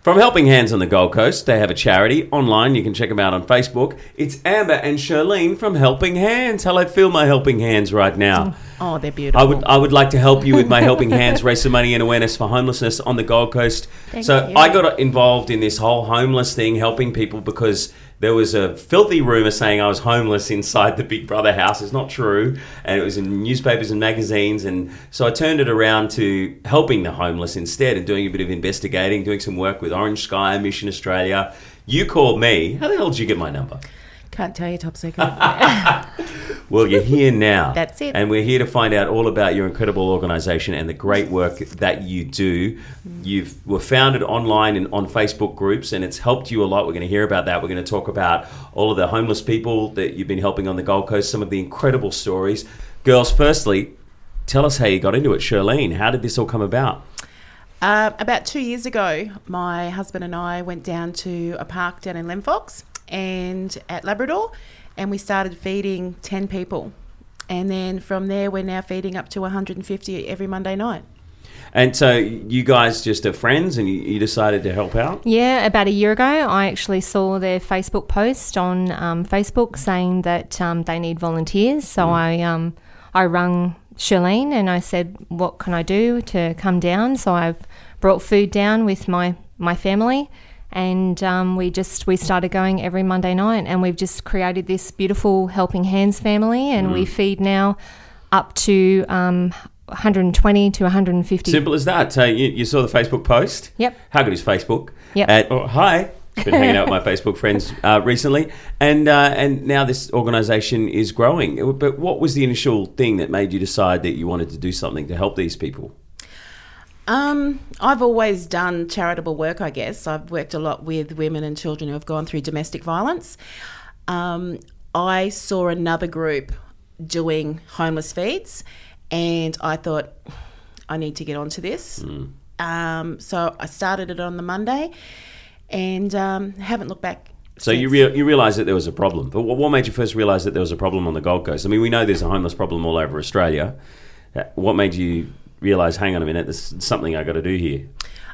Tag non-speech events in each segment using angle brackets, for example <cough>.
From Helping Hands on the Gold Coast, they have a charity online. You can check them out on Facebook. It's Amber and Charlene from Helping Hands. Hello, feel my helping hands right now. Oh, they're I beautiful. would I would like to help you with my helping hands, raise some money and awareness for homelessness on the Gold Coast. so you. I got involved in this whole homeless thing, helping people because there was a filthy rumor saying I was homeless inside the Big Brother house. It's not true, and it was in newspapers and magazines. And so I turned it around to helping the homeless instead, and doing a bit of investigating, doing some work with Orange Sky Mission Australia. You called me. How the hell did you get my number? Can't tell you, top secret. <laughs> Well, you're here <laughs> now. That's it. And we're here to find out all about your incredible organisation and the great work that you do. You've were founded online and on Facebook groups, and it's helped you a lot. We're going to hear about that. We're going to talk about all of the homeless people that you've been helping on the Gold Coast. Some of the incredible stories, girls. Firstly, tell us how you got into it, Charlene. How did this all come about? Um, about two years ago, my husband and I went down to a park down in Lemfox and at Labrador, and we started feeding 10 people. And then from there, we're now feeding up to 150 every Monday night. And so you guys just are friends, and you, you decided to help out. Yeah, about a year ago, I actually saw their Facebook post on um, Facebook saying that um, they need volunteers. So I um, I rung Charlene and I said, "What can I do to come down?" So I've brought food down with my my family, and um, we just we started going every Monday night, and we've just created this beautiful Helping Hands family, and we feed now up to um, 120 to 150. Simple as that. So you, you saw the Facebook post. Yep. How good is Facebook? Yep. Uh, oh, hi. Been hanging out with my Facebook friends uh, recently, and uh, and now this organisation is growing. But what was the initial thing that made you decide that you wanted to do something to help these people? Um, I've always done charitable work, I guess. I've worked a lot with women and children who have gone through domestic violence. Um, I saw another group doing homeless feeds, and I thought, I need to get onto this. Um, so I started it on the Monday and um, haven't looked back. So you rea- you realised that there was a problem. But what, what made you first realise that there was a problem on the Gold Coast? I mean, we know there's a homeless problem all over Australia. Uh, What made you realise? Hang on a minute, there's something I got to do here.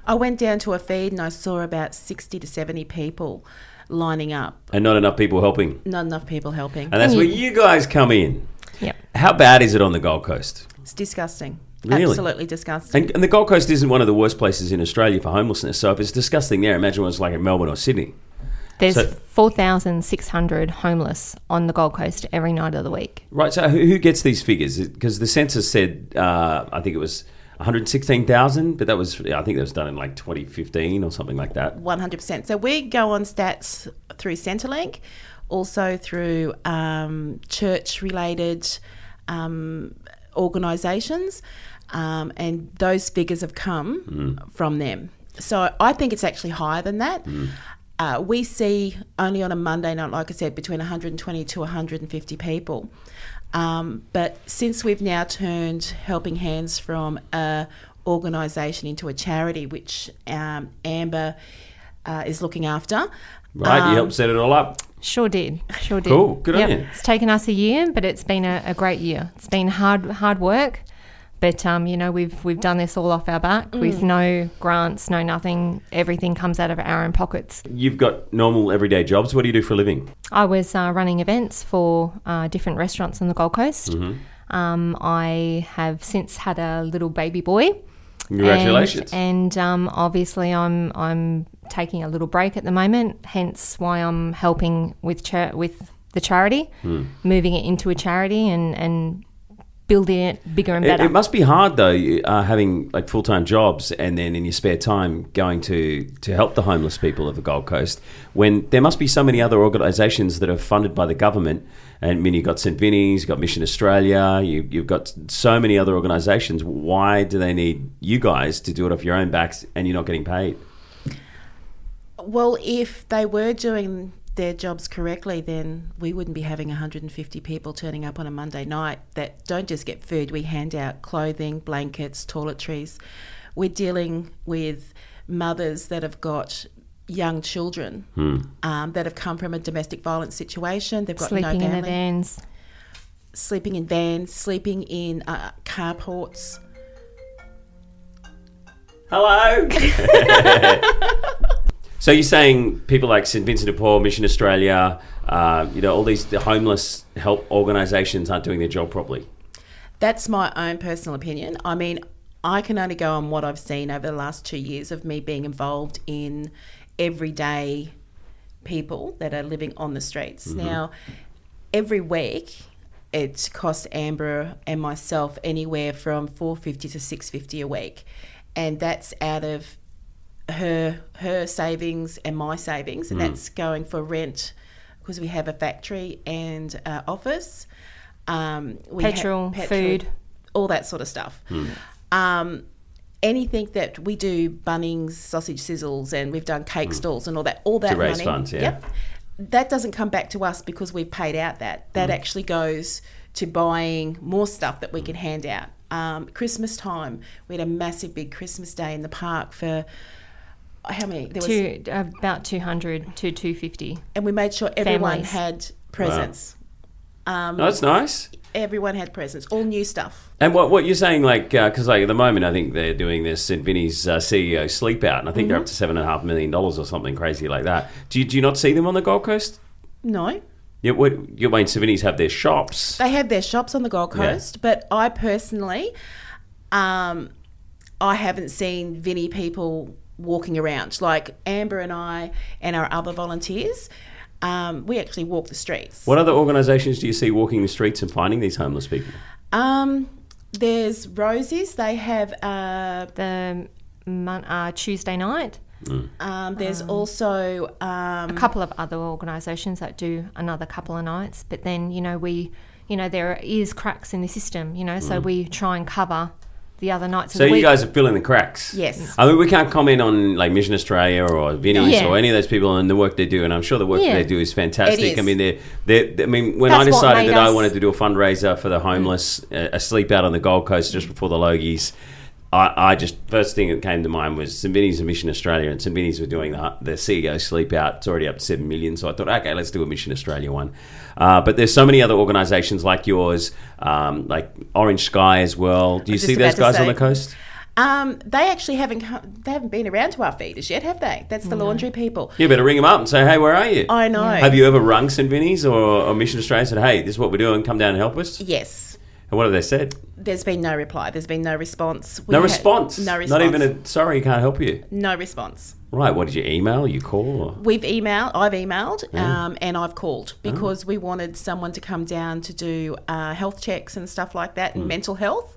I went down to a feed and I saw about 60 to 70 people lining up, And not enough people helping. not enough people helping. And that's where you guys come in. Yep. How bad is it on the Gold Coast? It's disgusting. Really? Absolutely disgusting. And, and the Gold Coast isn't one of the worst places in Australia for homelessness. So if it's disgusting there, imagine what it's like in Melbourne or Sydney. There's So- 4,600 homeless on the Gold Coast every night of the week. Right. So who, who gets these figures? Because the census said, uh, I think it was 116,000, but that was I think that was done in like 2015 or something like that. 100%. So we go on stats through Centrelink, also through um, church related um, organisations, um, and those figures have come from them. So I think it's actually higher than that. Uh, we see only on a Monday night, like I said, between 120 to 150 people. Um, but since we've now turned Helping Hands from a organisation into a charity, which um, Amber uh, is looking after. Right. you helped set it all up. Sure did. Sure did. Cool. Good on Yep. you. It's taken us a year, but it's been a, a great year. It's been hard hard work, but um, you know we've we've done this all off our back with no grants, no nothing. Everything comes out of our own pockets. You've got normal everyday jobs. What do you do for a living? I was uh, running events for uh, different restaurants on the Gold Coast. Mm-hmm. Um, I have since had a little baby boy. Congratulations. And, and, um, obviously, I'm I'm taking a little break at the moment, hence why I'm Hmm. helping with cha- with the charity, moving it into a charity, and and building it bigger and It, better. it must be hard though, you- uh, having like full time jobs and then in your spare time going to to help the homeless people of the Gold Coast. When there must be so many other organisations that are funded by the government. And I mean, you've got St Vinny's, you've got Mission Australia, you, you've got so many other organisations. Why do they need you guys to do it off your own backs and you're not getting paid? Well, if they were doing their jobs correctly, then we wouldn't be having 150 people turning up on a Monday night that don't just get food. We hand out clothing, blankets, toiletries. We're dealing with mothers that have got young children um, that have come from a domestic violence situation. They've got Sleeping no in family the vans. sleeping in vans, sleeping in uh, carports. Hello. so you're saying people like St Vincent de Paul, Mission Australia, uh, you know, all these the homeless help organisations aren't doing their job properly. That's my own personal opinion. I mean, I can only go on what I've seen over the last two years of me being involved in everyday people that are living on the streets. Now, every week, it costs Amber and myself anywhere from four fifty to six fifty a week, and that's out of her her savings and my savings, and that's going for rent because we have a factory and uh, office. Um, we ha- Petrol, food. all that sort of stuff. Hmm. Um, anything that we do, Bunnings, sausage sizzles, and we've done cake stalls and all that. All that Hmm. raise money, funds, yeah. Yep, that doesn't come back to us because we've paid out that. Hmm. That actually goes to buying more stuff that we can hand out. Um, Christmas time, we had a massive big Christmas day in the park for how many? There was, Two, about 200 to 250. and we made sure everyone families. had presents. No, that's nice. Everyone had presents, all new stuff. And what what you're saying, like, because like at the moment, I think they're doing this St Vinny's uh, CEO sleep out, and I think they're up to seven and a half million dollars or something crazy like that. Do you, do you not see them on the Gold Coast? No, Yeah, what, you mean St Vinny's have their shops? They have their shops on the Gold Yeah. Coast, but I personally, um, I haven't seen Vinny people walking around. Like Amber and I and our other volunteers, um, we actually walk the streets. What other organisations do you see walking the streets and finding these homeless people? Um, there's Roses. They have. Uh, The mon- uh, Tuesday night. um, there's also. Um, a couple of other organisations that do another couple of nights, but then you know we, you know there is cracks in the system, you know, so we try and cover the other nights. of Hmm. So the you week. guys are filling the cracks. Yes. I mean, we can't comment on like Mission Australia or Vinny's Yeah. or any of those people and the work they do, and I'm sure the work Yeah. they do is fantastic. It is. I mean, they're, they're, I mean, when I That's what decided made that I us- wanted to do a fundraiser for the homeless, uh, a sleep out on the Gold Coast just before the Logies. I, I just first thing that came to mind was St Vinny's and Mission Australia, and St Vinny's were doing the, the CEO sleep out. It's already up to seven million, so I thought, okay, let's do a Mission Australia one. Uh, but there's so many other organisations like yours, um, like Orange Sky as well. Do you just see those about to guys on say- the coast? um, they actually haven't come, they haven't been around to our feeders yet, have they? That's the laundry people. You better ring them up and say, hey, where are you? I know. Have you ever rung St. Vinny's or, or Mission Australia and said, hey, this is what we're doing, come down and help us? Yes. And what have they said? There's been no reply. There's been no response. We No had- response. No response. Not even a, sorry, can't help you. no response. Right, what did you email, you call? Or? We've emailed, I've emailed, um, and I've called because we wanted someone to come down to do uh, health checks and stuff like that and mental health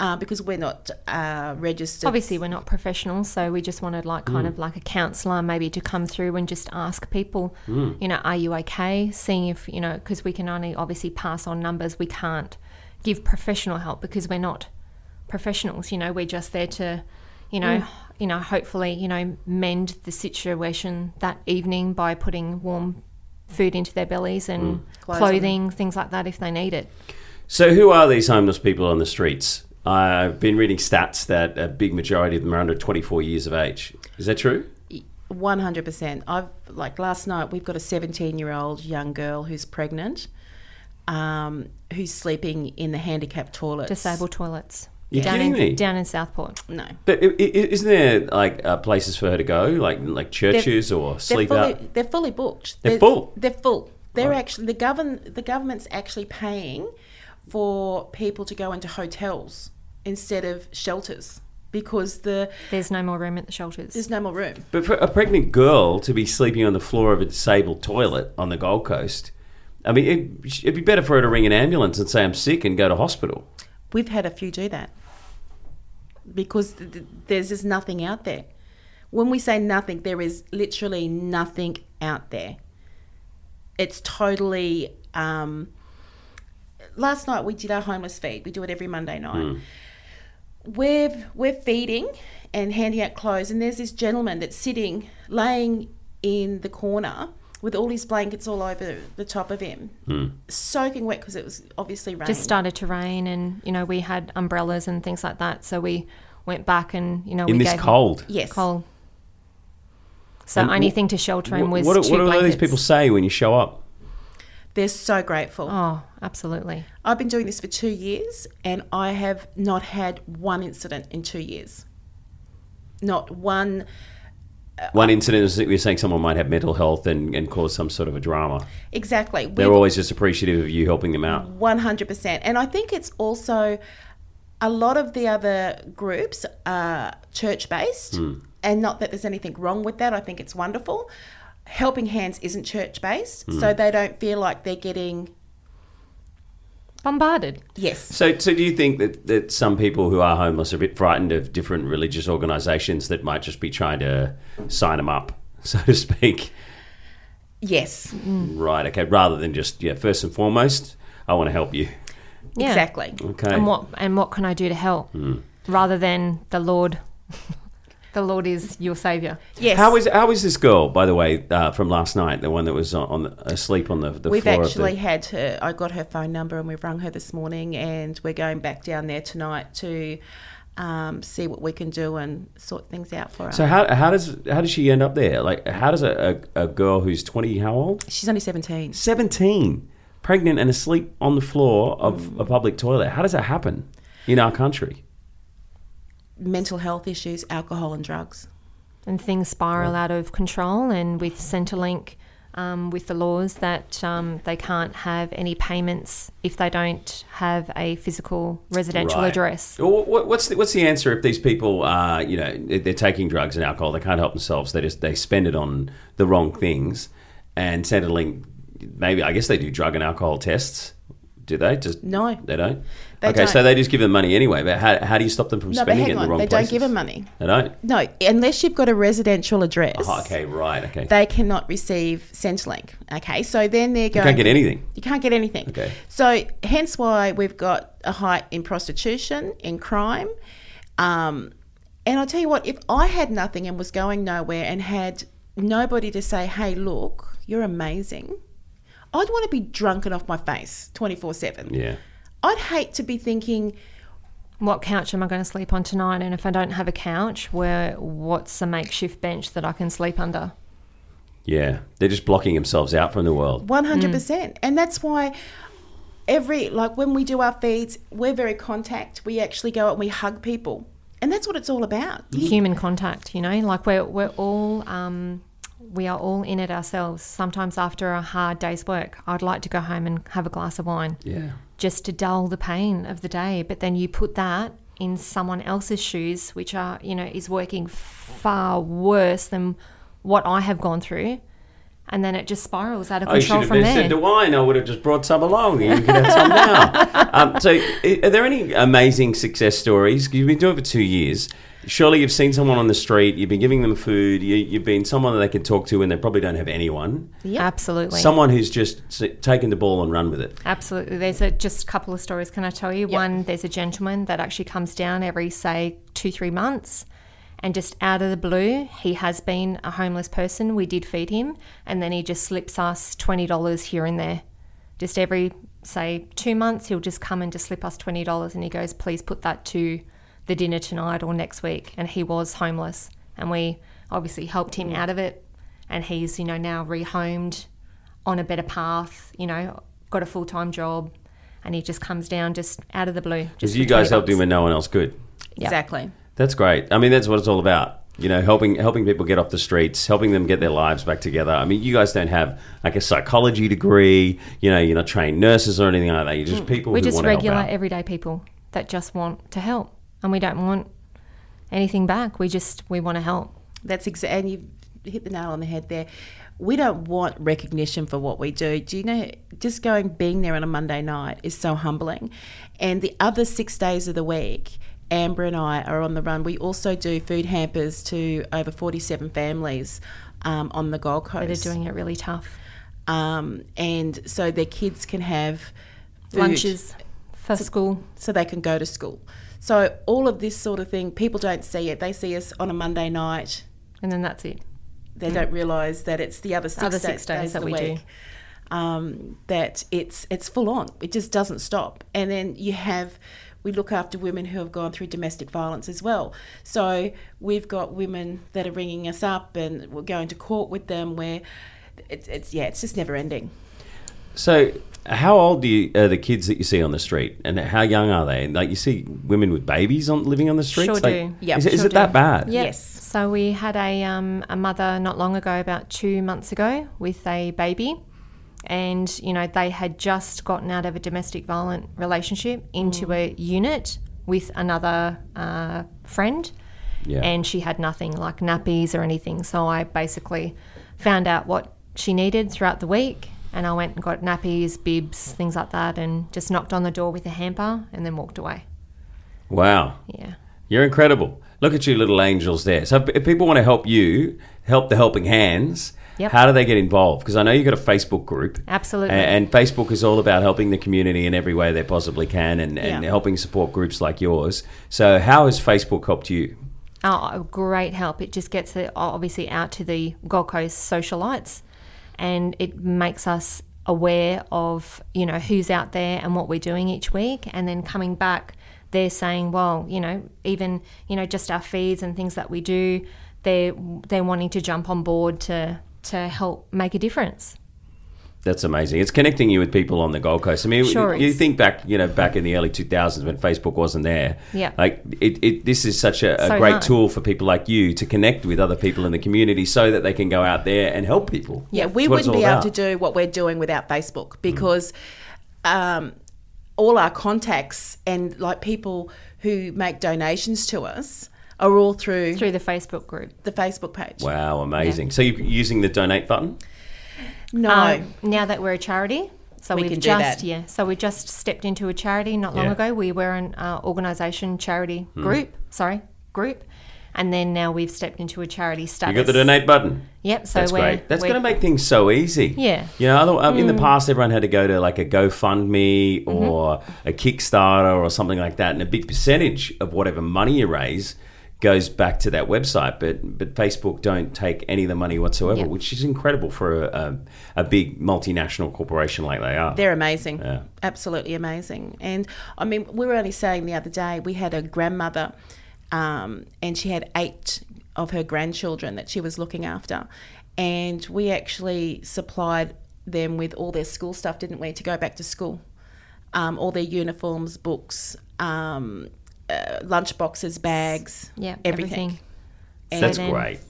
uh, because we're not uh, registered. obviously we're not professionals, so we just wanted like Hmm. kind of like a counsellor maybe to come through and just ask people, Hmm. you know, are you okay? Seeing if you know because we can only obviously pass on numbers. We can't give professional help because we're not professionals. You know, we're just there to, you know, Hmm. you know, hopefully you know mend the situation that evening by putting warm food into their bellies Hmm. and Clothes on them. clothing, things like that if they need it. So, who are these homeless people on the streets? I've been reading stats that a big majority of them are under 24 years of age. Is that true? 100%. I've, like last night, we've got a 17 year old young girl who's pregnant. Um, who's sleeping in the handicapped toilets? Disabled toilets. You're down kidding in, me. Down in Southport. No, But i- i- isn't there like uh, places for her to go, like like churches or they're sleep fully, out? they're fully booked. They're full? They're full. They're actually the govern the government's actually paying for people to go into hotels instead of shelters because the There's no more room at the shelters. there's no more room. But for a pregnant girl to be sleeping on the floor of a disabled toilet on the Gold Coast, I mean, it, it'd be better for her to ring an ambulance and say, I'm sick and go to hospital. We've had a few do that because th- th- there's just nothing out there. When we say nothing, there is literally nothing out there. It's totally. Um, last night we did our homeless feed. We do it every Monday night. We're we're feeding and handing out clothes, and there's this gentleman that's sitting, laying in the corner with all his blankets all over the top of him, soaking wet because it was obviously raining. just started to rain and you know we had umbrellas and things like that so we went back and you know in we this gave cold. yes. cold so And only wh- thing to shelter Wh- him was what do- two what do all blankets. these people say when you show up? They're so grateful. oh absolutely I've been doing this for two years and I have not had one incident in two years. Not one. Uh, One incident is that you're saying someone might have mental health and, and cause some sort of a drama. Exactly. We've- They're always just appreciative of you helping them out. 100%. And I think it's also a lot of the other groups are church based, and not that there's anything wrong with that. I think it's wonderful. Helping Hands isn't church based, so they don't feel like they're getting. bombarded Yes. So, so do you think that, that some people who are homeless are a bit frightened of different religious organisations that might just be trying to sign them up, <laughs> so to speak? Yes. Right. Okay. Rather than just yeah, first and foremost, I want to help you. yeah Exactly. Okay. and what and what can i do to help Hmm. rather than the lord <laughs> the lord is your savior Yes. How is how is this girl, by the way, uh, from last night, the one that was on, on the, asleep on the, the We've floor actually of the had her. I got her phone number and we've rung her this morning, and we're going back down there tonight to um, see what we can do and sort things out for her. So how, how does how does she end up there? Like how does a, a, a girl who's twenty how old? She's only seventeen. Seventeen, pregnant and asleep on the floor of a public toilet. How does that happen in our country? Mental health issues, alcohol and drugs. and things spiral out of control. And with Centrelink, um, with the laws that um, they can't have any payments if they don't have a physical residential Right. address. Well, what- What's the, what's the answer if these people are you know they- they're taking drugs and alcohol they can't help themselves they just they spend it on the wrong things and Centrelink maybe I guess they do drug and alcohol tests do they just No. they don't They okay so don't. they just give them money anyway but how, how do you stop them from No, but spending it hang in the on, wrong they places don't give her money. they don't No, unless you've got a residential address, Oh, okay right okay they cannot receive Centrelink. Okay, so then they're you going. can't get anything You can't get anything. Okay. So hence why we've got a high in prostitution, in crime. Um, and I'll tell you what, if I had nothing and was going nowhere and had nobody to say, hey, look, you're amazing, I'd want to be drunken off my face 24 7. yeah I'd hate to be thinking, What couch am I going to sleep on tonight? And if I don't have a couch, where what's a makeshift bench that I can sleep under? yeah they're just blocking themselves out from the world One hundred Mm. percent, and that's why every like when we do our feeds, we're very contact. We actually go out and we hug people, and that's what it's all about. You- Human contact, you know, like we're we're all. Um, we are all in it ourselves. Sometimes after a hard day's work, I'd like to go home and have a glass of wine. yeah just to dull the pain of the day. But then you put that in someone else's shoes, which are, you know, is working far worse than what I have gone through. And then it just spirals out of Oh, you should control have from been said there. to wine. I would have just brought some along. and You could have some <laughs> now. Um, so, i- are there any amazing success stories? 'Cause You've been doing it for two years. Surely you've seen someone on the street. You've been giving them food. You, you've been someone that they can talk to, and they probably don't have anyone. Absolutely. Someone who's just s- taken the ball and run with it. Absolutely. There's a, just a couple of stories. Can I tell you? One, there's a gentleman that actually comes down every, say, two, three months. And just out of the blue, he has been a homeless person. We did feed him. And then he just slips us $20 here and there. Just every, say, two months, he'll just come and just slip us $20. And he goes, please put that to the dinner tonight or next week. And he was homeless. And we obviously helped him out of it. And he's, you know, now rehomed on a better path, you know, got a full time job, and he just comes down just out of the blue. Just Because you for guys 20 helped him bucks. when no one else could. Exactly. That's great. I mean, that's what it's all about. You know, helping helping people get off the streets, helping them get their lives back together. I mean, you guys don't have like a psychology degree. You know, you're not trained nurses or anything like that. You're just people We're who Mm. just want to help regular, out. everyday people that just want to help, and we don't want anything back. We just we want to help. That's exa- and you hit the nail on the head there. we don't want recognition for what we do. Do you know, just going, being there on a Monday night is so humbling. And the other six days of the week, Amber and I are on the run. We also do food hampers to over 47 families um, on the Gold Coast. They're doing it really tough. um, and so their kids can have food Lunches for school. so they can go to school. So all of this sort of thing, people don't see it. They see us on a Monday night. And then that's it. They don't realise that it's the other six, Other da- six days of that the we do. week. Um, that it's it's full on. It just doesn't stop. And then you have we look after women who have gone through domestic violence as well. So we've got women that are ringing us up, and we're going to court with them. Where it's, it's yeah, it's just never ending. So, how old do you, are the kids that you see on the street, and how young are they? Like you see women with babies on living on the streets. Sure like, do. Yep, is it, is sure it that do. bad? Yep. Yes. So we had a um, a mother not long ago, about two months ago, with a baby, and you know they had just gotten out of a domestic violent relationship into a unit with another uh, friend, Yeah. and she had nothing like nappies or anything. So I basically found out what she needed throughout the week. And I went and got nappies, bibs, things like that, and just knocked on the door with a hamper and then walked away. Wow, Yeah. you're incredible. Look at you, little angels there. So, if people want to help you, help the helping hands. Yep. How do they get involved? Because I know you've got a Facebook group. Absolutely. A- And Facebook is all about helping the community in every way they possibly can and, and Yeah. helping support groups like yours. So, how has Facebook helped you? Oh, oh, great help. It just gets it obviously out to the Gold Coast socialites and it makes us aware of, you know, who's out there and what we're doing each week. And then coming back, they're saying, well, you know, even, you know, just our feeds and things that we do, they're, they're wanting to jump on board to, to help make a difference. That's amazing. It's connecting you with people on the Gold Coast. I mean, Sure you is. think back, you know, back in the early 2000s when Facebook wasn't there. Yeah. Like, it, it, this is such a, a So great hard. tool for people like you to connect with other people in the community so that they can go out there and help people. Yeah, we That's what it's wouldn't all be able about. Mm. to do what we're doing without Facebook because um, all our contacts and like people who make donations to us are all through, Through the Facebook group. the Facebook page. Wow, amazing. So you're using the donate button? No, Um, now that we're a charity, so We we have can do just that. yeah, so we just stepped into a charity not long Yeah. Hmm. ago. We were an uh, organisation charity group, sorry group, and then now we've stepped into a charity You status. got the donate button. Yep. So That's we're great. That's we're- going to make things so easy. Yeah. Mm. You know, other- um, in the past, everyone had to go to like a GoFundMe Mm-hmm. or a Kickstarter or something like that, and a big percentage of whatever money you raise goes back to that website. But but Facebook don't take any of the money whatsoever, Yeah. which is incredible for a, a, a big multinational corporation like they are. they're amazing. Yeah. Absolutely amazing. And I mean, we were only saying the other day we had a grandmother um, and she had eight of her grandchildren that she was looking after. And we actually supplied them with all their school stuff, didn't we, to go back to school? Um, all their uniforms, books, um, uh, lunch boxes, bags, yeah everything. everything. So That's then great.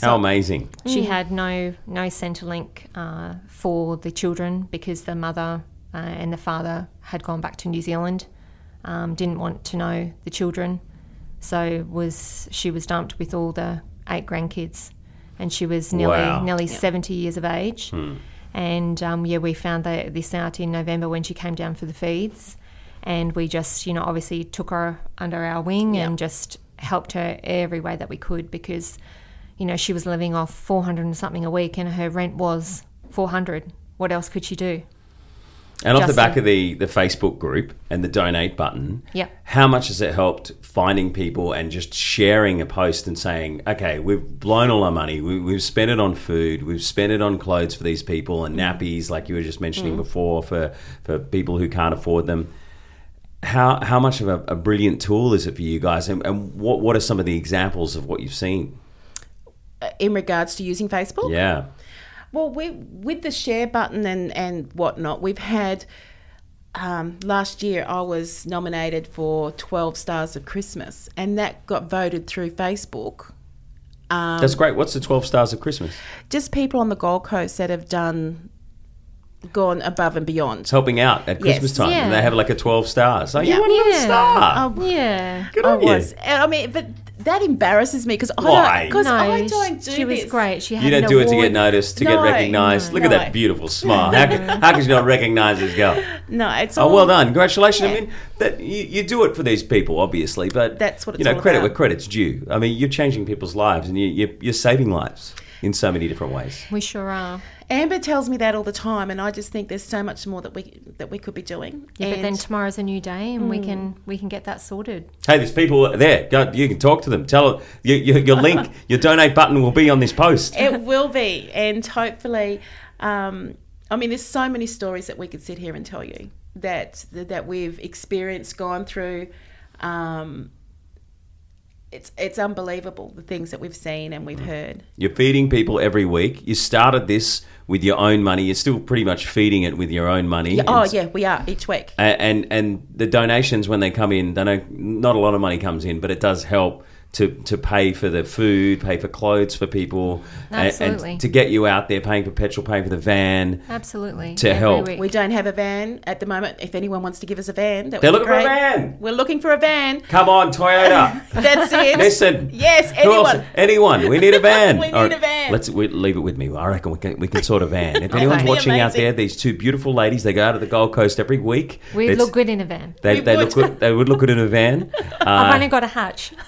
How amazing. She had no no Centrelink uh, for the children because the mother uh, and the father had gone back to New Zealand, um, didn't want to know the children, so was she was dumped with all the eight grandkids, and she was nearly Wow. nearly seventy years of age, Hmm. and um, yeah, we found that this out in November when she came down for the feeds, and we just you know obviously took her under our wing and just helped her every way that we could because you know she was living off 400 and something a week and her rent was 400 what else could she do And off the Justin. back of the, the Facebook group and the donate button, Yep. how much has it helped finding people and just sharing a post and saying, okay, we've blown all our money, we, we've spent it on food, we've spent it on clothes for these people and Mm. nappies, like you were just mentioning before, for, for people who can't afford them. How, how much of a, a brilliant tool is it for you guys? And, and what, what are some of the examples of what you've seen? Uh, In regards to using Facebook? Yeah. Well, we with the share button and and whatnot, we've had. Um, last year, I was nominated for Twelve Stars of Christmas, and that got voted through Facebook. Um, That's great. What's the 12 stars of Christmas? Just people on the Gold Coast that have done, gone above and beyond. It's helping out at Yes. Christmas time. And Yeah. they have like a 12 stars. Oh, you want a Yeah. star. Oh, yeah Good I on you. was. I mean, but That embarrasses me because I Why? don't, cause No, I don't do she, she was this. great. She had You don't an do it to award. get noticed, to get No, recognised. no, Look at no. that beautiful smile. How could, <laughs> how could you not recognise this girl? No, it's Oh, all well done. Congratulations. I Yeah. mean, that you, you do it for these people, obviously, but That's what you it's know, all credit about. where credit's due. I mean, you're changing people's lives and you, you're, you're saving lives in so many different ways. We sure are. Amber tells me that all the time, and I just think there's so much more that we that we could be doing. Yeah, but And- then tomorrow's a new day, and we Hmm. can we can get that sorted. Hey, there's people there. Go, you can talk to them. Tell them your, your, your <laughs> link, your donate button will be on this post. it will be, and hopefully, um, I mean, there's so many stories that we could sit here and tell you that that we've experienced, gone through. Um, it's it's unbelievable the things that we've seen and we've heard. You're feeding people every week. You started this with your own money. You're still pretty much feeding it with your own money. Oh It's- yeah, we are each week. A- and and the donations when they come in, they know not a lot of money comes in, but it does help to to pay for the food, pay for clothes for people, a- Absolutely. and to get you out there, paying for petrol, paying for the van. Absolutely. To Every help. week. We don't have a van at the moment. If anyone wants to give us a van, that They're would be looking for a great. van. We're looking for a van. Come on, <laughs> Toyota. <laughs> That's it. Listen. Yes, Who else? anyone. Anyone. We need a van. <laughs> We need All right, a van. Let's we, leave it with me. I reckon we can we can sort a van. <laughs> If anyone's be watching out amazing. there, these two beautiful ladies, they go out to the Gold Coast every week. We It's- look good in a van. They, We they look would. good. They would look good in a <laughs> van. Uh, I've only got a hatch. <laughs>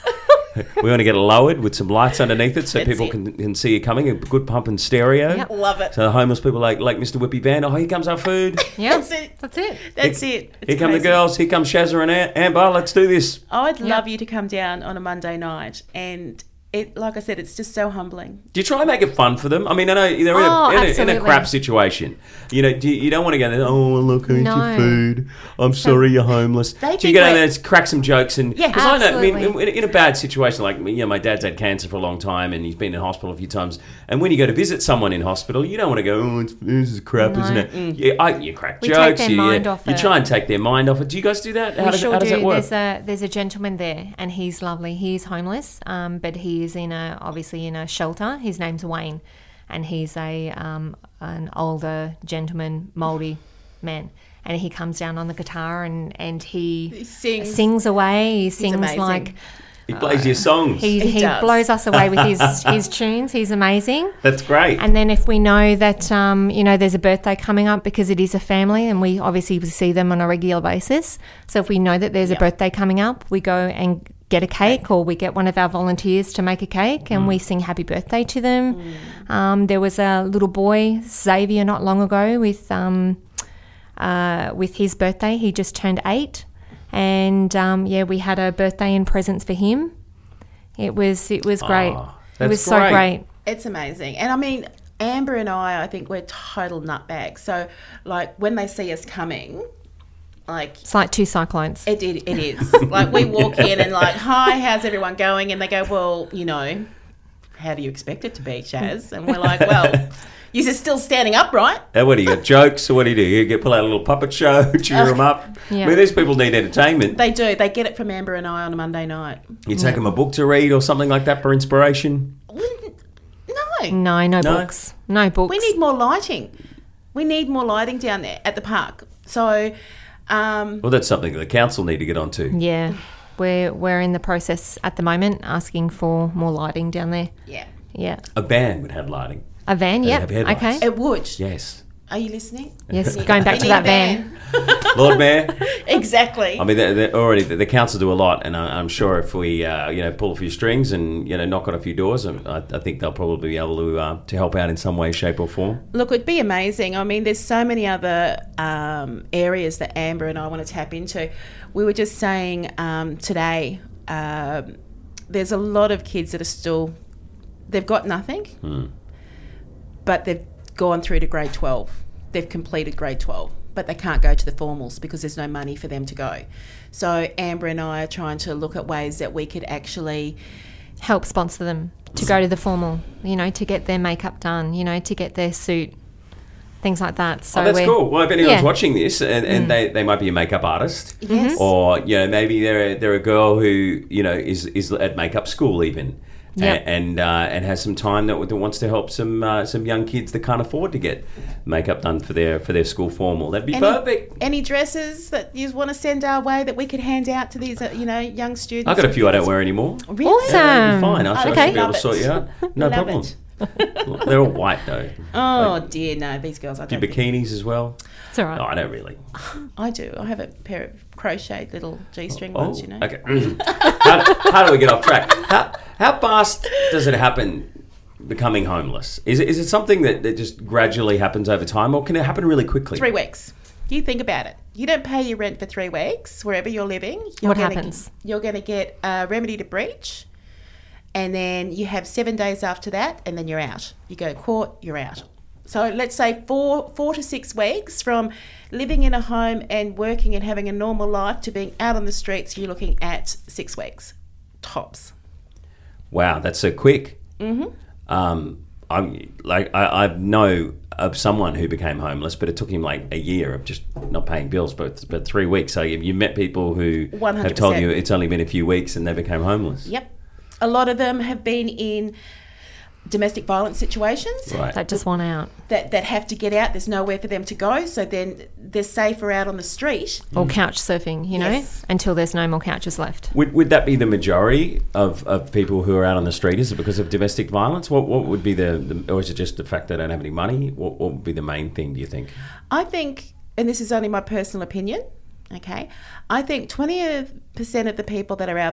We want to get it lowered with some lights underneath it so That's people it. can, can see you coming. A good pump and stereo. Yep. Love it. So the homeless people like like Mr. Whippy Van. Oh, here comes our <laughs> food. Yeah, That's it. That's it. That's it. It's here come the crazy. girls. Here comes Shazza and Am- Amber. Let's do this. I'd love you to come down on a Monday night and. It, like I said, it's just so humbling. Do you try and make it fun for them? I mean, I know they're in, Oh, a, in, a, in a absolutely. crap situation. You know, do you, you don't want to go there. Oh, look who's No. your food. I'm sorry, you're homeless. They Do you think get down we're- there and crack some jokes and Yeah, 'cause I know. I mean, absolutely. in, in a bad situation like you know, my dad's had cancer for a long time and he's been in hospital a few times. And when you go to visit someone in hospital, you don't want to go. Oh, it's, this is crap, No. Mm. isn't it? Yeah, I, you crack We take jokes. their you mind you, off you it. try and take their mind off it. Do you guys do that? How we does, sure how do. does that work? There's a there's a gentleman there, and he's lovely. He's homeless, um, but he is in a obviously in a shelter. His name's Wayne, and he's a um, an older gentleman, Maori man, and he comes down on the guitar and and he, sings. sings away. He sings amazing. like he plays your songs. he, He he does. blows us away with <laughs> his his tunes. He's amazing. That's great. And then if we know that um, you know there's a birthday coming up because it is a family, and we obviously we see them on a regular basis. So if we know that there's a birthday coming up, we go and get a cake, or we get one of our volunteers to make a cake, and Mm. we sing happy birthday to them. Um, there was a little boy Xavier not long ago with um, uh, with his birthday. He just turned eight, and um, yeah, we had a birthday and presents for him. It was it was great. Ah, it that's was so great. great. It's amazing. And I mean, Amber and I, I think we're total nutbags. So, like, when they see us coming, like, It's like two cyclones. it, it, it is. like, we walk in and, like, hi, how's everyone going? And they go, well, you know, how do you expect it to be, Chaz? And we're like, well, you're still standing up, right? And what do you got? Jokes? Or what do you do? You get pull out a little puppet show, <laughs> cheer them up. I Yeah. mean, these people need entertainment. They do. They get it from Amber and I on a Monday night. You take them a book to read or something like that for inspiration. No. No, no, No? books. No books. We need more lighting. We need more lighting down there at the park. So, um, Well, that's something that the council need to get onto. yeah. We're we're in the process at the moment asking for more lighting down there. yeah, Yeah. A band would have lighting. A van, yeah. have headlights. Okay. it would. <laughs> Yes. Are you listening? <laughs> Yes, going back We to need that a van. Lord Mayor, Exactly. I mean, they they already the, the council do a lot, and I, I'm sure if we, uh, you know, pull a few strings and you know knock on a few doors, um, I, I I think they'll probably be able to uh, to help out in some way, shape, or form. Look, it'd be amazing. I mean, there's so many other um, areas that Amber and I want to tap into. We were just saying um, today, um, there's a lot of kids that are still, they've got nothing, but they've gone through to grade 12. They've completed grade 12, but they can't go to the formals because there's no money for them to go. So, Amber and I are trying to look at ways that we could actually. Help sponsor them to go to the formal, you know, to get their makeup done, you know, to get their suit, things like that. So Oh, that's we're, cool. Well, if anyone's Yeah. Mm. watching this and, and they, they might be a makeup artist, Yes. or you know maybe they're a, they're a girl who you know is is at makeup school even, Yep. a- and uh, and has some time that, that wants to help some uh, some young kids that can't afford to get makeup done for their for their school formal. That'd be Any, perfect. Any dresses that you want to send our way that we could hand out to these, uh, you know, young students? I got a few I don't wear anymore. Really? Awesome. That'd be fine. I, should- I Hmm. Okay. should be able Love to it. sort you out. No Love problem. They're all white though. Oh dear, no, these girls. I Your don't. Think, bikinis as well. It's all right. No, I don't really. I do. I have a pair of crocheted little g-string Oh, ones. You know. okay. <laughs> how, how do we get off track? How, how fast does it happen? Becoming homeless is it, is it something that, that just gradually happens over time, or can it happen really quickly? Three weeks. You think about it. You don't pay your rent for three weeks wherever you're living. You're What gonna, happens? You're going to get a remedy to breach, and then you have seven days after that, and then you're out. You go to court. You're out. So let's say four four to six weeks from living in a home and working and having a normal life to being out on the streets. You're looking at six weeks, tops. Wow, that's so quick. Mm-hmm. Um, I'm like I, I know of someone who became homeless, but it took him like a year of just not paying bills, but but three weeks. So you you met people who have told 100%. you it's only been a few weeks and they became homeless. Yep. A lot of them have been in domestic violence situations Right. That just one out. that, that have to get out. There's nowhere for them to go. So then they're safer out on the street. Mm. Or couch surfing, you know, Yes. until there's no more couches left. Would, would that be the majority of, of people who are out on the street? Is it because of domestic violence? What what would be the, the or is it just the fact they don't have any money? What, what would be the main thing? Do you think? I think, and this is only my personal opinion, okay, I think 20% of the people that are out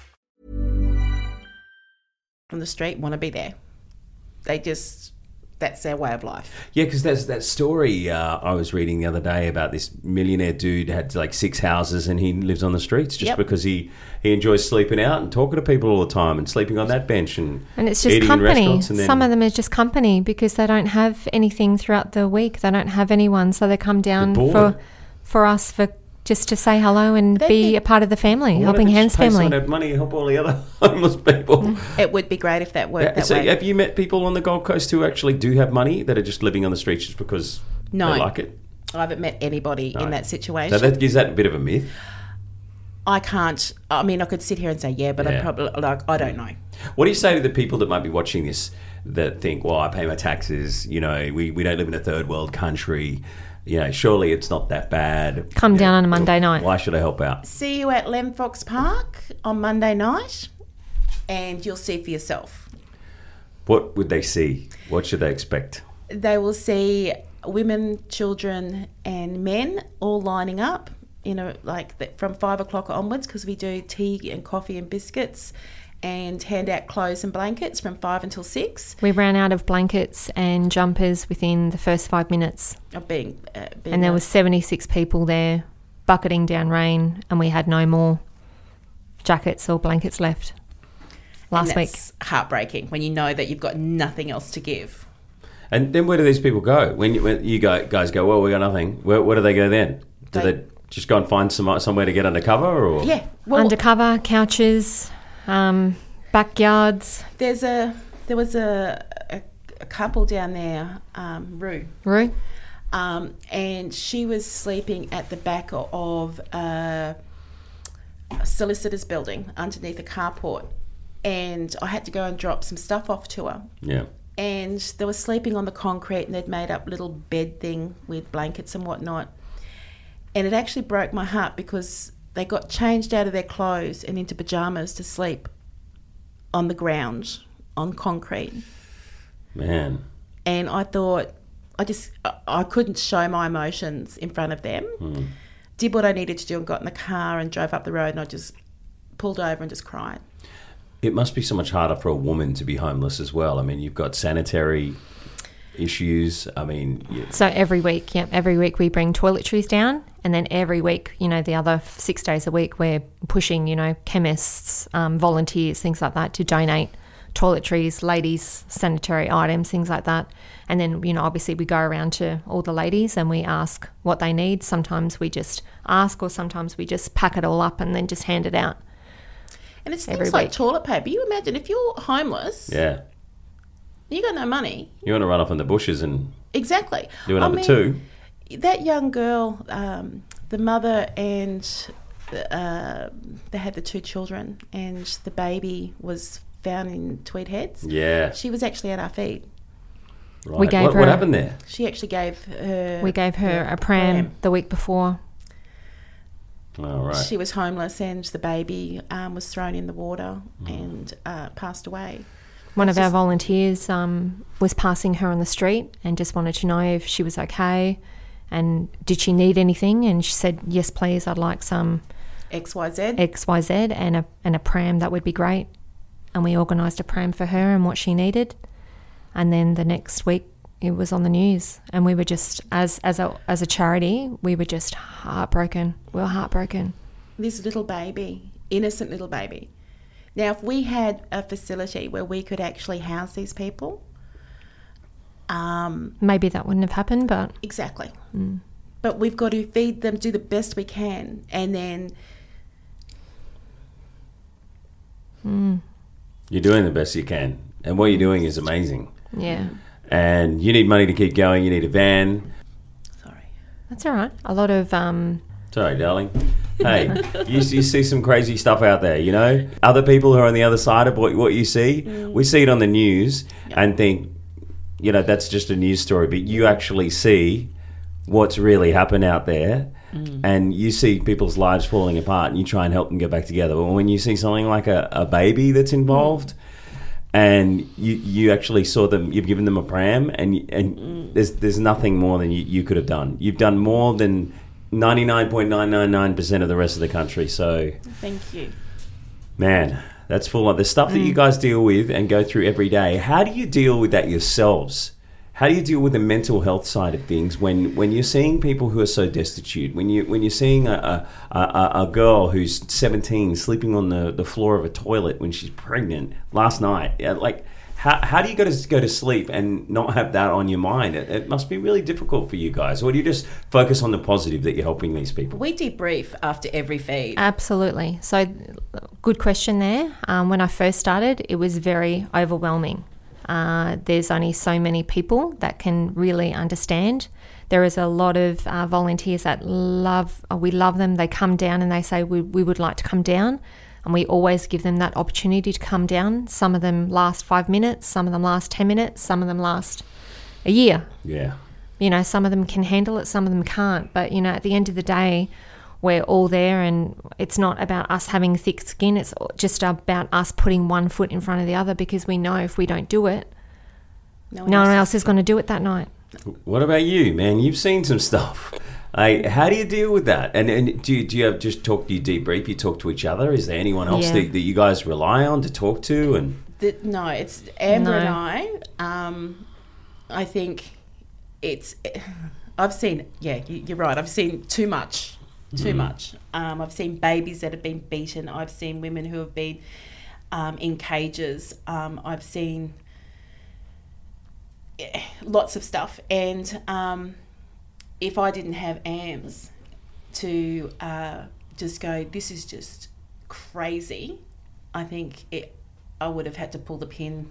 on the street want to be there. They just, that's their way of life. Yeah, because that's that story uh, I was reading the other day about this millionaire dude had like six houses and he lives on the streets just Yep. because he he enjoys sleeping out and talking to people all the time and sleeping on that bench and And it's just eating in company. restaurants and then Some of them are just company because they don't have anything throughout the week. They don't have anyone, so they come down bored. for for us for just to say hello and They be think- a part of the family, Why don't helping they just hands pay someone family. Mm. that money to help all the other <laughs> homeless people. It would be great if that worked that so way. have you met people on the Gold Coast who actually do have money that are just living on the streets just because No. they like it? I haven't met anybody in that So situation. that is that a bit of a myth? I can't. I mean, I could sit here and say yeah, but Yeah. I probably like I don't know. What do you say to the people that might be watching this that think, well, I pay my taxes, you know, we, we don't live in a third world country, you know, surely it's not that bad. Come You down know, on a Monday night. Why should I help out? See you at Lemfox Park on Monday night, and you'll see for yourself. What would they see? What should they expect? They will see women, children, and men all lining up. You know, like that from five o'clock onwards, because we do tea and coffee and biscuits, and hand out clothes and blankets from five until six. We ran out of blankets and jumpers within the first five minutes, Of being, uh, being and there a- was seventy six people there, bucketing down rain, and we had no more jackets or blankets left and last week. that's heartbreaking when you know that you've got nothing else to give. And then where do these people go? When you, when you go, guys go, well, we got nothing, where, where do they go then? Do they, They- just go and find some, somewhere to get undercover or? Yeah, well, Undercover couches, um, backyards. There's a there was a a, a couple down there, um, Rue, Roo, um, and she was sleeping at the back o- of a solicitor's building underneath a carport, and I had to go and drop some stuff off to her. Yeah. And they were sleeping on the concrete, and they'd made up little bed thing with blankets and whatnot. And it actually broke my heart because they got changed out of their clothes and into pajamas to sleep on the ground on concrete Man. and I thought I just I- I couldn't show my emotions in front of them. Hmm. Did what I needed to do and got in the car and drove up the road and I just pulled over and just cried. It must be so much harder for a woman to be homeless as well. I mean, you've got sanitary issues. I mean, you, So every week, yeah, every week we bring toiletries down And then every week, you know, the other six days a week, we're pushing, you know, chemists, um, volunteers, things like that to donate toiletries, ladies' sanitary items, things like that. And then, you know, obviously we go around to all the ladies and we ask what they need. Sometimes we just ask, or sometimes we just pack it all up and then just hand it out. And it's Every things like week. toilet paper. You imagine if you're homeless, Yeah. you got no money. You want to run up in the bushes and Exactly. do I another mean, two. That young girl, um, the mother and the, uh, they had the two children, and the baby was found in Tweed Heads. Yeah. She was actually at our feet. Right. We gave what, her what a- happened there? She actually gave her. We gave her a pram Pram. the week before. All right. She was homeless, and the baby um, was thrown in the water and uh, passed away. One of our volunteers um, was passing her on the street and just wanted to know if she was okay and did she need anything. And she said, Yes, please, I'd like some X Y Z. XYZ and a, and a pram, that would be great. And we organised a pram for her and what she needed. And then the next week, it was on the news, and we were just as as a as a charity, we were just heartbroken. We were heartbroken. this little baby, innocent little baby. Now, if we had a facility where we could actually house these people, um, Maybe that wouldn't have happened, but exactly. Mm. But we've got to feed them, do the best we can, and then You're doing the best you can. And what you're doing is amazing. yeah, And you need money to keep going. You need a van. sorry, that's all right. A lot of um, Sorry, darling. Hey, you, you see some crazy stuff out there, you know? Other people who are on the other side of what, what you see, we see it on the news and think, you know, that's just a news story. But you actually see what's really happened out there and you see people's lives falling apart and you try and help them get back together. But when you see something like a, a baby that's involved, and you, you actually saw them you've given them a pram and you- and there's there's nothing more than you, you could have done you've done more than 99.999% of the rest of the country so thank you. man that's full on the stuff that you guys deal with and go through every day how do you deal with that yourselves how do you deal with the mental health side of things when, when you're seeing people who are so destitute when you when you're seeing a, a, a, a girl who's 17 sleeping on the, the floor of a toilet when she's pregnant last night yeah, like how, how do you go to go to sleep and not have that on your mind it, it must be really difficult for you guys or do you just focus on the positive that you're helping these people We debrief after every feed. Absolutely. So, good question there. Um, when I first started, it was very overwhelming. Uh, there's only so many people that can really understand. There is a lot of uh, volunteers that love, uh, we love them. They come down and they say, we, we would like to come down. And we always give them that opportunity to come down. Some of them last five minutes, some of them last 10 minutes, some of them last a year yeah you know, some of them can handle it, some of them can't. But, you know, at the end of the day, we're all there and it's not about us having thick skin. It's just about us putting one foot in front of the other because we know if we don't do it, No, no one else is going to do it that night. What about you, man? You've seen some stuff. Like, how do you deal with that? And and do you, do you have just talk? Do you debrief? You talk to each other? Is there anyone else Yeah. that, that you guys rely on to talk to? And The, no, it's Amber No. and I. Um, I think it's. I've seen. Yeah, you- you're right. I've seen too much. Too much. Um, I've seen babies that have been beaten. I've seen women who have been um, in cages. Um, I've seen eh, lots of stuff. And um, if I didn't have AMS to uh, just go, this is just crazy. I think it, I would have had to pull the pin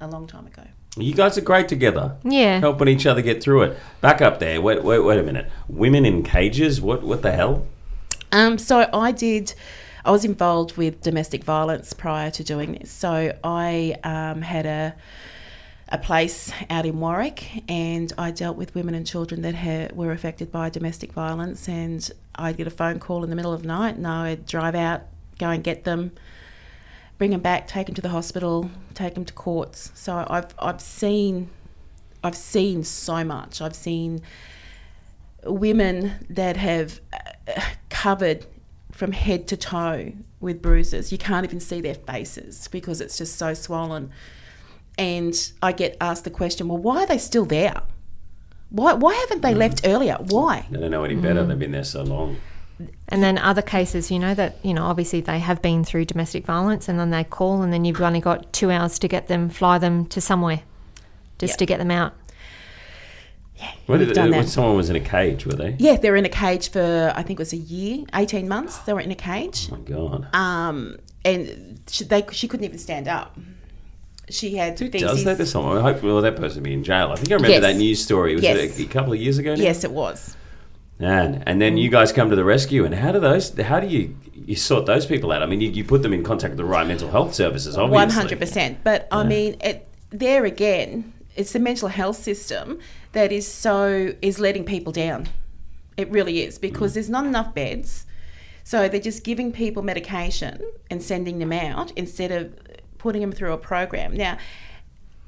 a long time ago. you guys are great together. Yeah. helping each other get through it. Back up there. Wait, wait, wait a minute. Women in cages. What? What the hell? Um, so I did. I was involved with domestic violence prior to doing this. So I um, had a a place out in Warwick, and I dealt with women and children that ha- were affected by domestic violence. And I'd get a phone call in the middle of the night, and I would drive out, go and get them, bring them back, take them to the hospital, take them to courts. So I've I've seen I've seen so much. I've seen women that have uh, covered from head to toe with bruises. You can't even see their faces because it's just so swollen. And I get asked the question, well, why are they still there? Why, why haven't Mm. they left earlier? Why? They don't know Mm-hmm. any better. They've been there so long. And then other cases, you know, that, you know, obviously they have been through domestic violence and then they call and then you've only got two hours to get them, fly them to somewhere just to get them out. What did We've done it- that. Someone was in a cage, were they? Yeah, they were in a cage for, I think it was a year, 18 months. They were in a cage. Oh my God. Um, and she, they, she couldn't even stand up. She had Who feces. does that to someone? Hopefully, well, that person would be in jail. I think I remember Yes. that news story. Was Yes. it a, a couple of years ago? now? Yes, it was. Man, and then you Mm. guys come to the rescue. And how do those? How do you you sort those people out? I mean, you, you put them in contact with the right mental health services, obviously. One hundred percent. But I mean, it, there again, it's the mental health system that is so is letting people down. It really is because there's not enough beds, so they're just giving people medication and sending them out instead of putting them through a program. Now,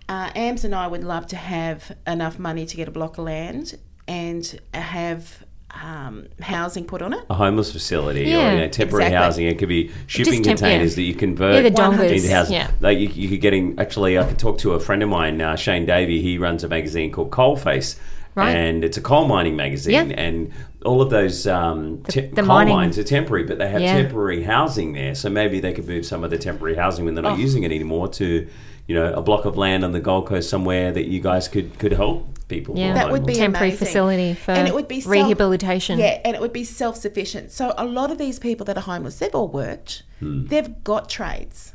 uh, AMS and I would love to have enough money to get a block of land and have um, housing put on it. A homeless facility or Yeah, you know, temporary exactly. housing. It could be shipping Just temp- containers yeah. that you convert Yeah, the dongers, into housing. yeah. Like you, you could getting actually, I could talk to a friend of mine, uh, Shane Davey. He runs a magazine called Coalface. Right. And it's a coal mining magazine, Yeah. and all of those um, te- the coal mining. mines are temporary, but they have Yeah. temporary housing there. So maybe they could move some of the temporary housing when they're Oh. not using it anymore to, you know, a block of land on the Gold Coast somewhere that you guys could could help people. Yeah. who are That That would be homeless. Temporary amazing. facility for and it would be self- rehabilitation. yeah, and it would be self-sufficient. So a lot of these people that are homeless, they've all worked. They've got trades.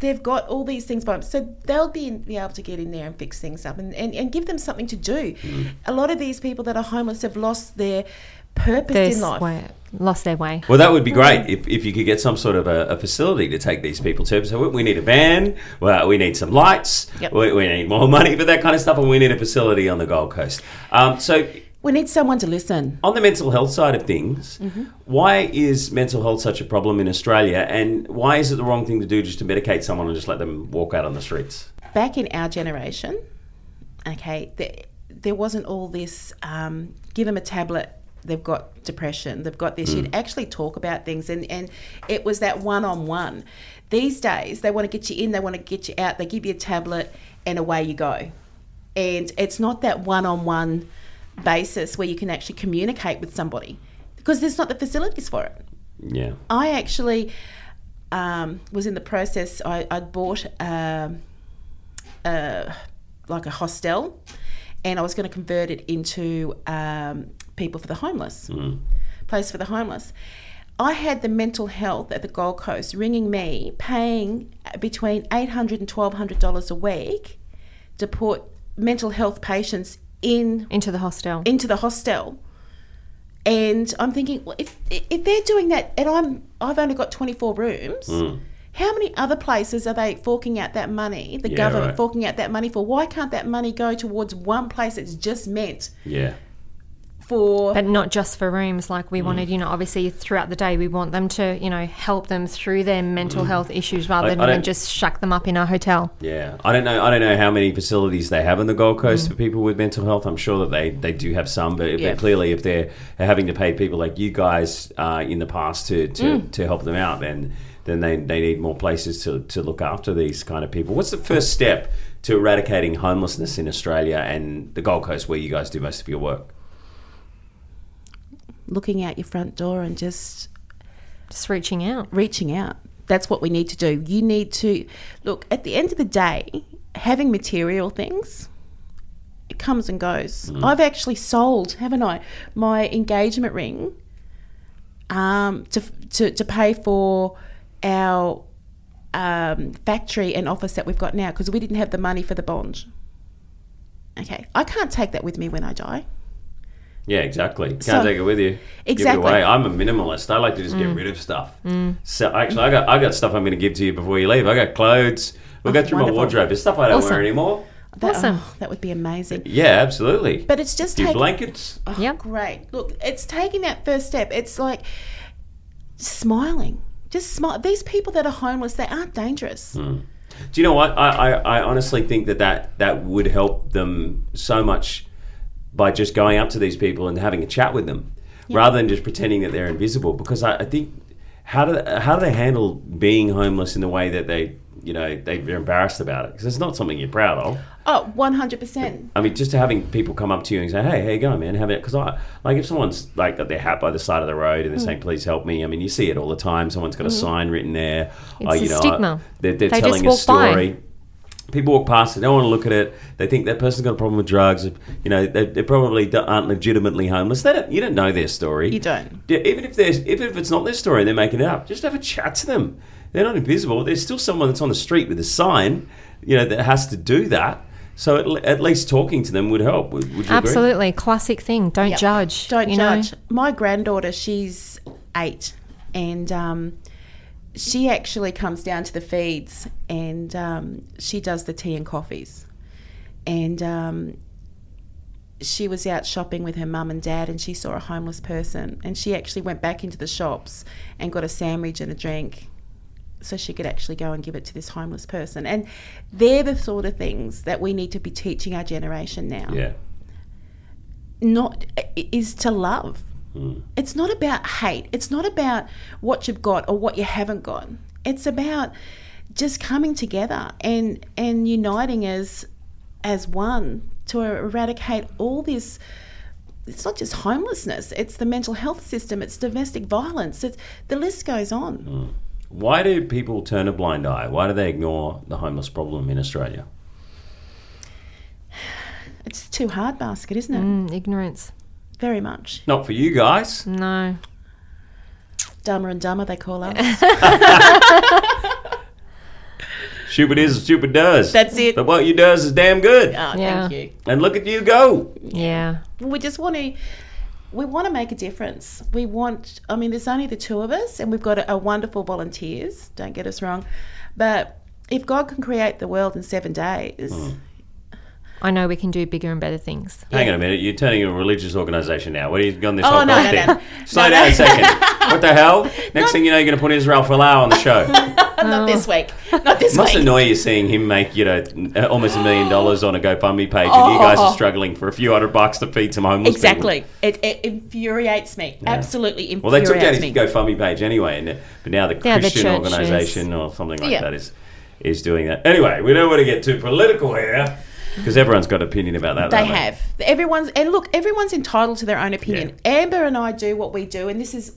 They've got all these things by them. So they'll be, be able to get in there and fix things up and, and, and give them something to do. A lot of these people that are homeless have lost their purpose They're in life. swa- lost their way. Well, that would be great if, if you could get some sort of a, a facility to take these people to. So we- we need a van, well, we need some lights, Yep. we, we need more money for that kind of stuff, and we need a facility on the Gold Coast. Um, so, We need someone to listen. on the mental health side of things, why is mental health such a problem in Australia, and why is it the wrong thing to do just to medicate someone and just let them walk out on the streets? back in our generation, okay, there, there wasn't all this um, give them a tablet, they've got depression, they've got this. You'd actually talk about things, and, and it was that one on one. These days, they want to get you in, they want to get you out, they give you a tablet, and away you go. And it's not that one on one basis where you can actually communicate with somebody because there's not the facilities for it. Yeah. I actually um, was in the process. I, I'd bought um a, like a hostel, and I was going to convert it into um, people for the homeless, place for the homeless. I had the mental health at the Gold Coast ringing me, paying between eight hundred and twelve hundred dollars a week to put mental health patients in Into the hostel. into the hostel. And I'm thinking, well, if if they're doing that, and I'm I've only got 24 rooms, Hmm. how many other places are they forking out that money? The Yeah, government right. forking out that money for? Why can't that money go towards one place that's just meant Yeah. for? but not just for rooms like Mm. we wanted you know obviously throughout the day we want them to you know help them through their mental health issues rather Mm. I than don't- just shuck them up in a hotel Yeah, I don't know. I don't know how many facilities they have on the Gold Coast for people with mental health. I'm sure that they, they do have some, but but clearly, if they're having to pay people like you guys uh, in the past to, to, to help them out, then then they, they need more places to, to look after these kind of people. What's the first step to eradicating homelessness in Australia and the Gold Coast, where you guys do most of your work? looking out your front door and just just reaching out reaching out. That's what we need to do. You need to look at the end of the day, having material things, it comes and goes. I've actually sold, haven't I, my engagement ring um, to, to, to pay for our um, factory and office that we've got now because we didn't have the money for the bond. Okay, I can't take that with me when I die. Yeah, exactly. Can't So- take it with you. Exactly. Mm. Give it away. I'm a minimalist. I like to just get rid of stuff. So actually, I got I got stuff I'm going to give to you before you leave. I got clothes. We'll go through Oh, wonderful. my wardrobe. There's stuff I don't Awesome. wear anymore. That, Awesome. oh, that would be amazing. Yeah, absolutely. But it's just Few taking blankets. Oh, Yep. Great. Look, it's taking that first step. It's like smiling. Just smile. These people that are homeless, they aren't dangerous. Do you know what? I, I, I honestly think that, that that would help them so much by just going up to these people and having a chat with them rather than just pretending that they're invisible. Because I, I think, how do, how do they handle being homeless in the way that they you know they're embarrassed about it because it's not something you're proud of. Oh, 100%. I mean, just having people come up to you and say, "Hey, how you going, man? Have it?" Because I like if someone's like got their hat by the side of the road and they're Mm. saying, "Please help me." I mean, you see it all the time. Someone's got a sign written there. Oh, It's a stigma. They're, they're They just telling a walk by. story. People walk past it. They don't want to look at it. They think that person's got a problem with drugs. You know, they, they probably do- aren't legitimately homeless. They don't, you don't know their story. You don't. Yeah, even if there's even if it's not their story, they're making it up. Just have a chat to them. They're not invisible. There's still someone that's on the street with a sign, you know, that has to do that. So at, le- at least talking to them would help. Would, would you agree? Absolutely, classic thing. Don't judge. Don't you know? judge. My granddaughter, she's eight, and um, she actually comes down to the feeds and um, she does the tea and coffees. And um, she was out shopping with her mum and dad, and she saw a homeless person, and she actually went back into the shops and got a sandwich and a drink. So she could actually go and give it to this homeless person, and they're the sort of things that we need to be teaching our generation now Yeah. not is to love. It's not about hate. It's not about what you've got or what you haven't got. It's about just coming together and and uniting as as one to eradicate all this it's not just homelessness, it's the mental health system, it's domestic violence. It's the list goes on. Why do people turn a blind eye? Why do they ignore the homeless problem in Australia? It's too hard basket, isn't it? Mm, ignorance. Very much. Not for you guys. No. Dumber and dumber they call us. Stupid is, stupid does. That's it. But what you does is damn good. Oh, Yeah. thank you. And look at you go. Yeah. we just want to we want to make a difference we want i mean there's only the two of us and we've got a, a wonderful volunteers don't get us wrong but if god can create the world in seven days Hmm. I know we can do bigger and better things. Hang on a minute. You're turning into a religious organisation now. What are you going this Oh, whole no, God no, thing? no. <laughs> Slow down a second. <laughs> What the hell? Next thing you know, you're going to put Israel Folau on the <laughs> show. not this week not this Must week annoy you seeing him make, you know, uh, almost a million dollars on a GoFundMe page, and you guys are struggling for a few hundred bucks to feed some homeless people. Oh. exactly it, it infuriates me absolutely Well, they infuriates took down his me GoFundMe page anyway, and uh, but now the Yeah, the Christian churches. organisation or something like Yeah. that is is doing that. Anyway, we don't want to get too political here because everyone's got an opinion about that. they don't have everyone's and look everyone's entitled to their own opinion Yeah. amber and i do what we do and this is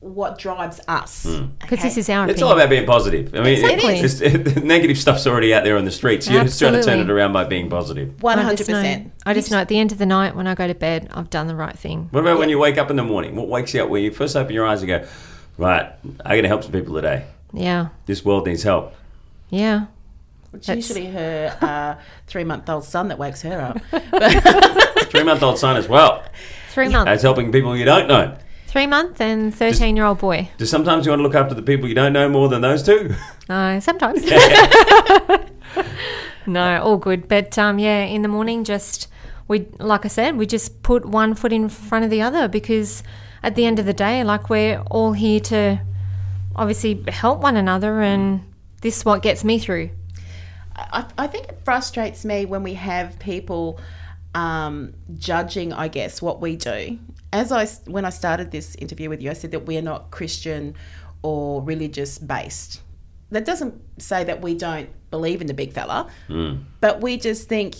what drives us Hmm. Because this is our It's all opinion. about being positive. I mean, Exactly. it's, <laughs> the negative stuff's already out there on the streets. You're just trying to turn it Absolutely. around by being positive. 100% I just, know, I just know at the end of the night when I go to bed, I've done the right thing. What about when you wake up in the morning? What wakes you up? Where you first open your eyes and go, right, I'm going to help some people today. Yeah. This world needs help. Yeah. It's usually her uh, three month old son that wakes her up. Three month old son as well. Three months. That's helping people you don't know. Three month and 13 year old boy. Do sometimes you want to look after the people you don't know more than those two? <laughs> Uh, sometimes. <laughs> no, all good. But um, yeah, in the morning, just we, like I said, we just put one foot in front of the other because at the end of the day, like we're all here to obviously help one another, and this is what gets me through. <laughs> I, I think it frustrates me when we have people um, judging, I guess, what we do. As I s- when I started this interview with you, I said that we're not Christian or religious based. That doesn't say that we don't believe in the big fella, Hmm. but we just think,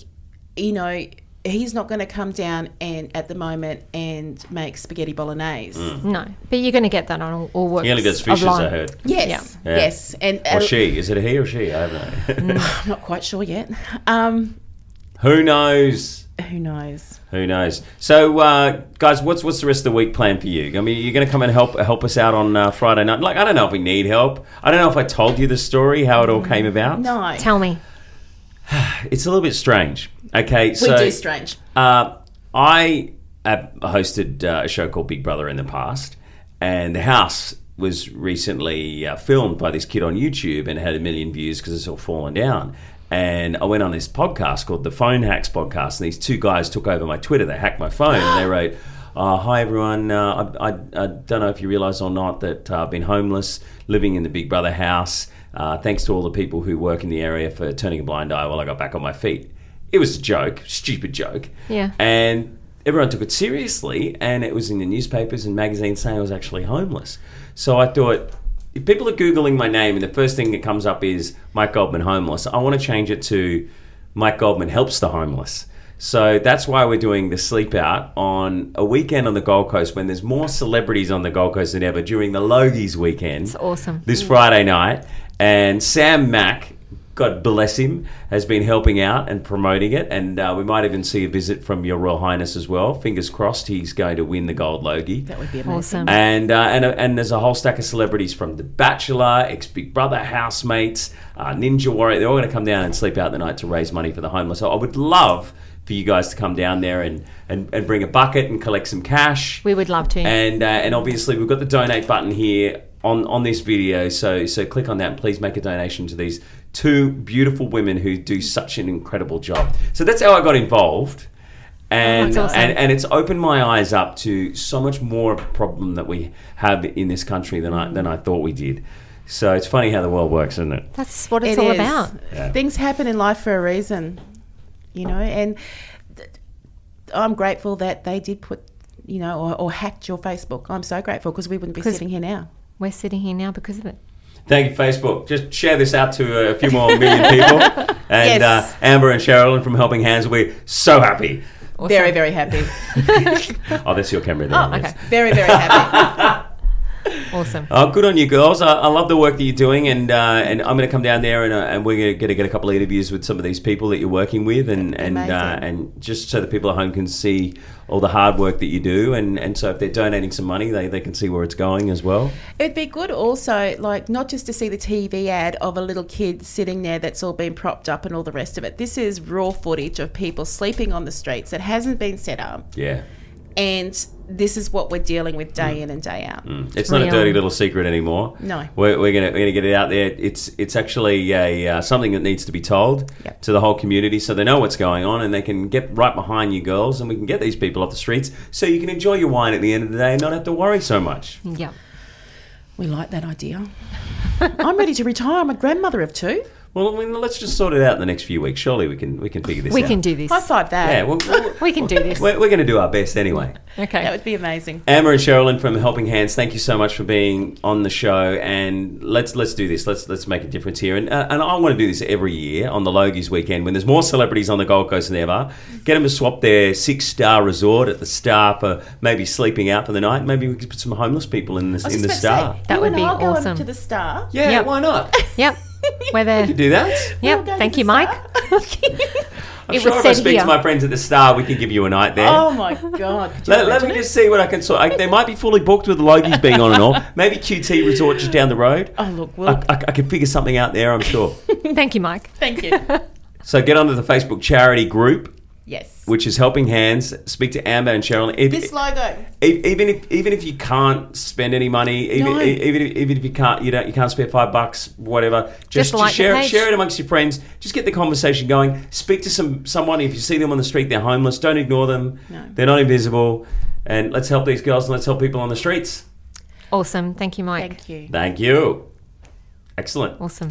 you know, he's not going to come down and at the moment and make spaghetti bolognese. Hmm. No, but you're going to get that on all, all works. He only gets of fishes, I life. heard. Yes, Yeah. yes, and Or uh, she. Is it a he or she? I don't know. I'm not quite sure yet. Um, Who knows? who knows? Who knows? So, uh, guys, what's what's the rest of the week plan for you? I mean, you're going to come and help help us out on uh, Friday night. Like, I don't know if we need help. I don't know if I told you the story, how it all came about. No, Tell me. It's a little bit strange. Okay, we so do strange. Uh, I uh, hosted uh, a show called Big Brother in the past, and the house was recently uh, filmed by this kid on YouTube and had a million views because it's all fallen down. And I went on this podcast called the Phone Hacks Podcast, and these two guys took over my Twitter. They hacked my phone and they wrote, uh, Hi everyone, uh, I, I, I don't know if you realize or not that uh, I've been homeless, living in the Big Brother house. Uh, thanks to all the people who work in the area for turning a blind eye while I got back on my feet it was a joke, stupid joke. Yeah. And everyone took it seriously, and it was in the newspapers and magazines saying I was actually homeless. So I thought, if people are googling my name and the first thing that comes up is Mike Goldman homeless, I want to change it to Mike Goldman helps the homeless. So that's why we're doing the sleep out on a weekend on the Gold Coast when there's more celebrities on the Gold Coast than ever during the Logies weekend. It's awesome. This Friday night. And Sam Mack, God bless him, has been helping out and promoting it. And uh, we might even see a visit from Your Royal Highness as well. Fingers crossed he's going to win the Gold Logie. That would be amazing. Awesome. And uh, and and there's a whole stack of celebrities from The Bachelor, ex Big Brother housemates, uh, Ninja Warrior. They're all going to come down and sleep out the night to raise money for the homeless. So I would love for you guys to come down there and and, and bring a bucket and collect some cash. We would love to. And uh, and obviously we've got the donate button here on on this video. So so click on that and please make a donation to these two beautiful women who do such an incredible job. So that's how I got involved. And, That's awesome. and and it's opened my eyes up to so much more of a problem that we have in this country than I than I thought we did. So it's funny how the world works, isn't it? That's what it's It all is. about. Things happen in life for a reason, you know, and th- I'm grateful that they did put, you know, or, or hacked your Facebook. I'm so grateful because we wouldn't be 'Cause- sitting here now. We're sitting here now because of it. Thank you, Facebook. Just share this out to a few more <laughs> million people. And Yes. uh, Amber and Sherilyn from Helping Hands will be so happy. Very, very <laughs> happy. Oh, that's your camera there. yes. okay. very, very happy. Awesome. Oh, good on you, girls. I, I love the work that you're doing, and uh, and I'm going to come down there and, uh, and we're going to get a couple of interviews with some of these people that you're working with, and and uh, Amazing. and just so the people at home can see all the hard work that you do, and, and so if they're donating some money, they, they can see where it's going as well. It'd be good also, like, not just to see the TV ad of a little kid sitting there that's all been propped up and all the rest of it. This is raw footage of people sleeping on the streets that hasn't been set up. Yeah, And this is what we're dealing with Mm. day in and day out. it's, not a real. dirty little secret anymore. No. we're, we're going to we're going to get it out there. It's it's actually a uh, something that needs to be told Yep. to the whole community, so they know what's going on, and they can get right behind you, girls, and we can get these people off the streets, so you can enjoy your wine at the end of the day and not have to worry so much. Yeah. We like that idea. <laughs> I'm ready to retire. I'm a grandmother of two. Well, I mean, let's just sort it out in the next few weeks. Surely we can we can figure this We out. can do this. <laughs> High five that. Yeah, we'll, we'll, We can do this. we're, we're going to do our best anyway. Okay. That would be amazing. Amber and Sherilyn from Helping Hands, thank you so much for being on the show, and let's let's do this. Let's let's make a difference here, and uh, and I want to do this every year on the Logies weekend when there's more celebrities on the Gold Coast than ever. Get them to swap their six star resort at the Star for maybe sleeping out for the night. Maybe we could put some homeless people in the in the Star. That would be I'll go awesome. over to the star. <laughs> Yeah, Yep. why not? Yep. We're <laughs> there. Do that. Yep. go to Thank the you, Mike. I'm It sure was if I said speak here. to my friends at the Star, we can give you a night there. <laughs> Oh my God. Could you Let, let me imagine it? just see what I can sort. I, they might be fully booked with the Logies being on and all. Maybe QT Resort just down the road. Oh, look, I, <laughs> we'll, I, I can figure something out there, I'm sure. Thank you, Mike. thank you. so get onto the Facebook charity group, Yes. which is Helping Hands. Speak to Amber and Cheryl. If, <laughs> This logo. e- even if even if you can't spend any money, even No. e- even if, even if you can't you don't you can't spare five bucks, whatever. Just, Just just like the share it, page. share it amongst your friends. Just get the conversation going. Speak to some someone if you see them on the street. They're homeless. Don't ignore them. No. They're not invisible. And let's help these girls and let's help people on the streets. Awesome. Thank you, Mike. Thank you. Thank you. Excellent. Awesome.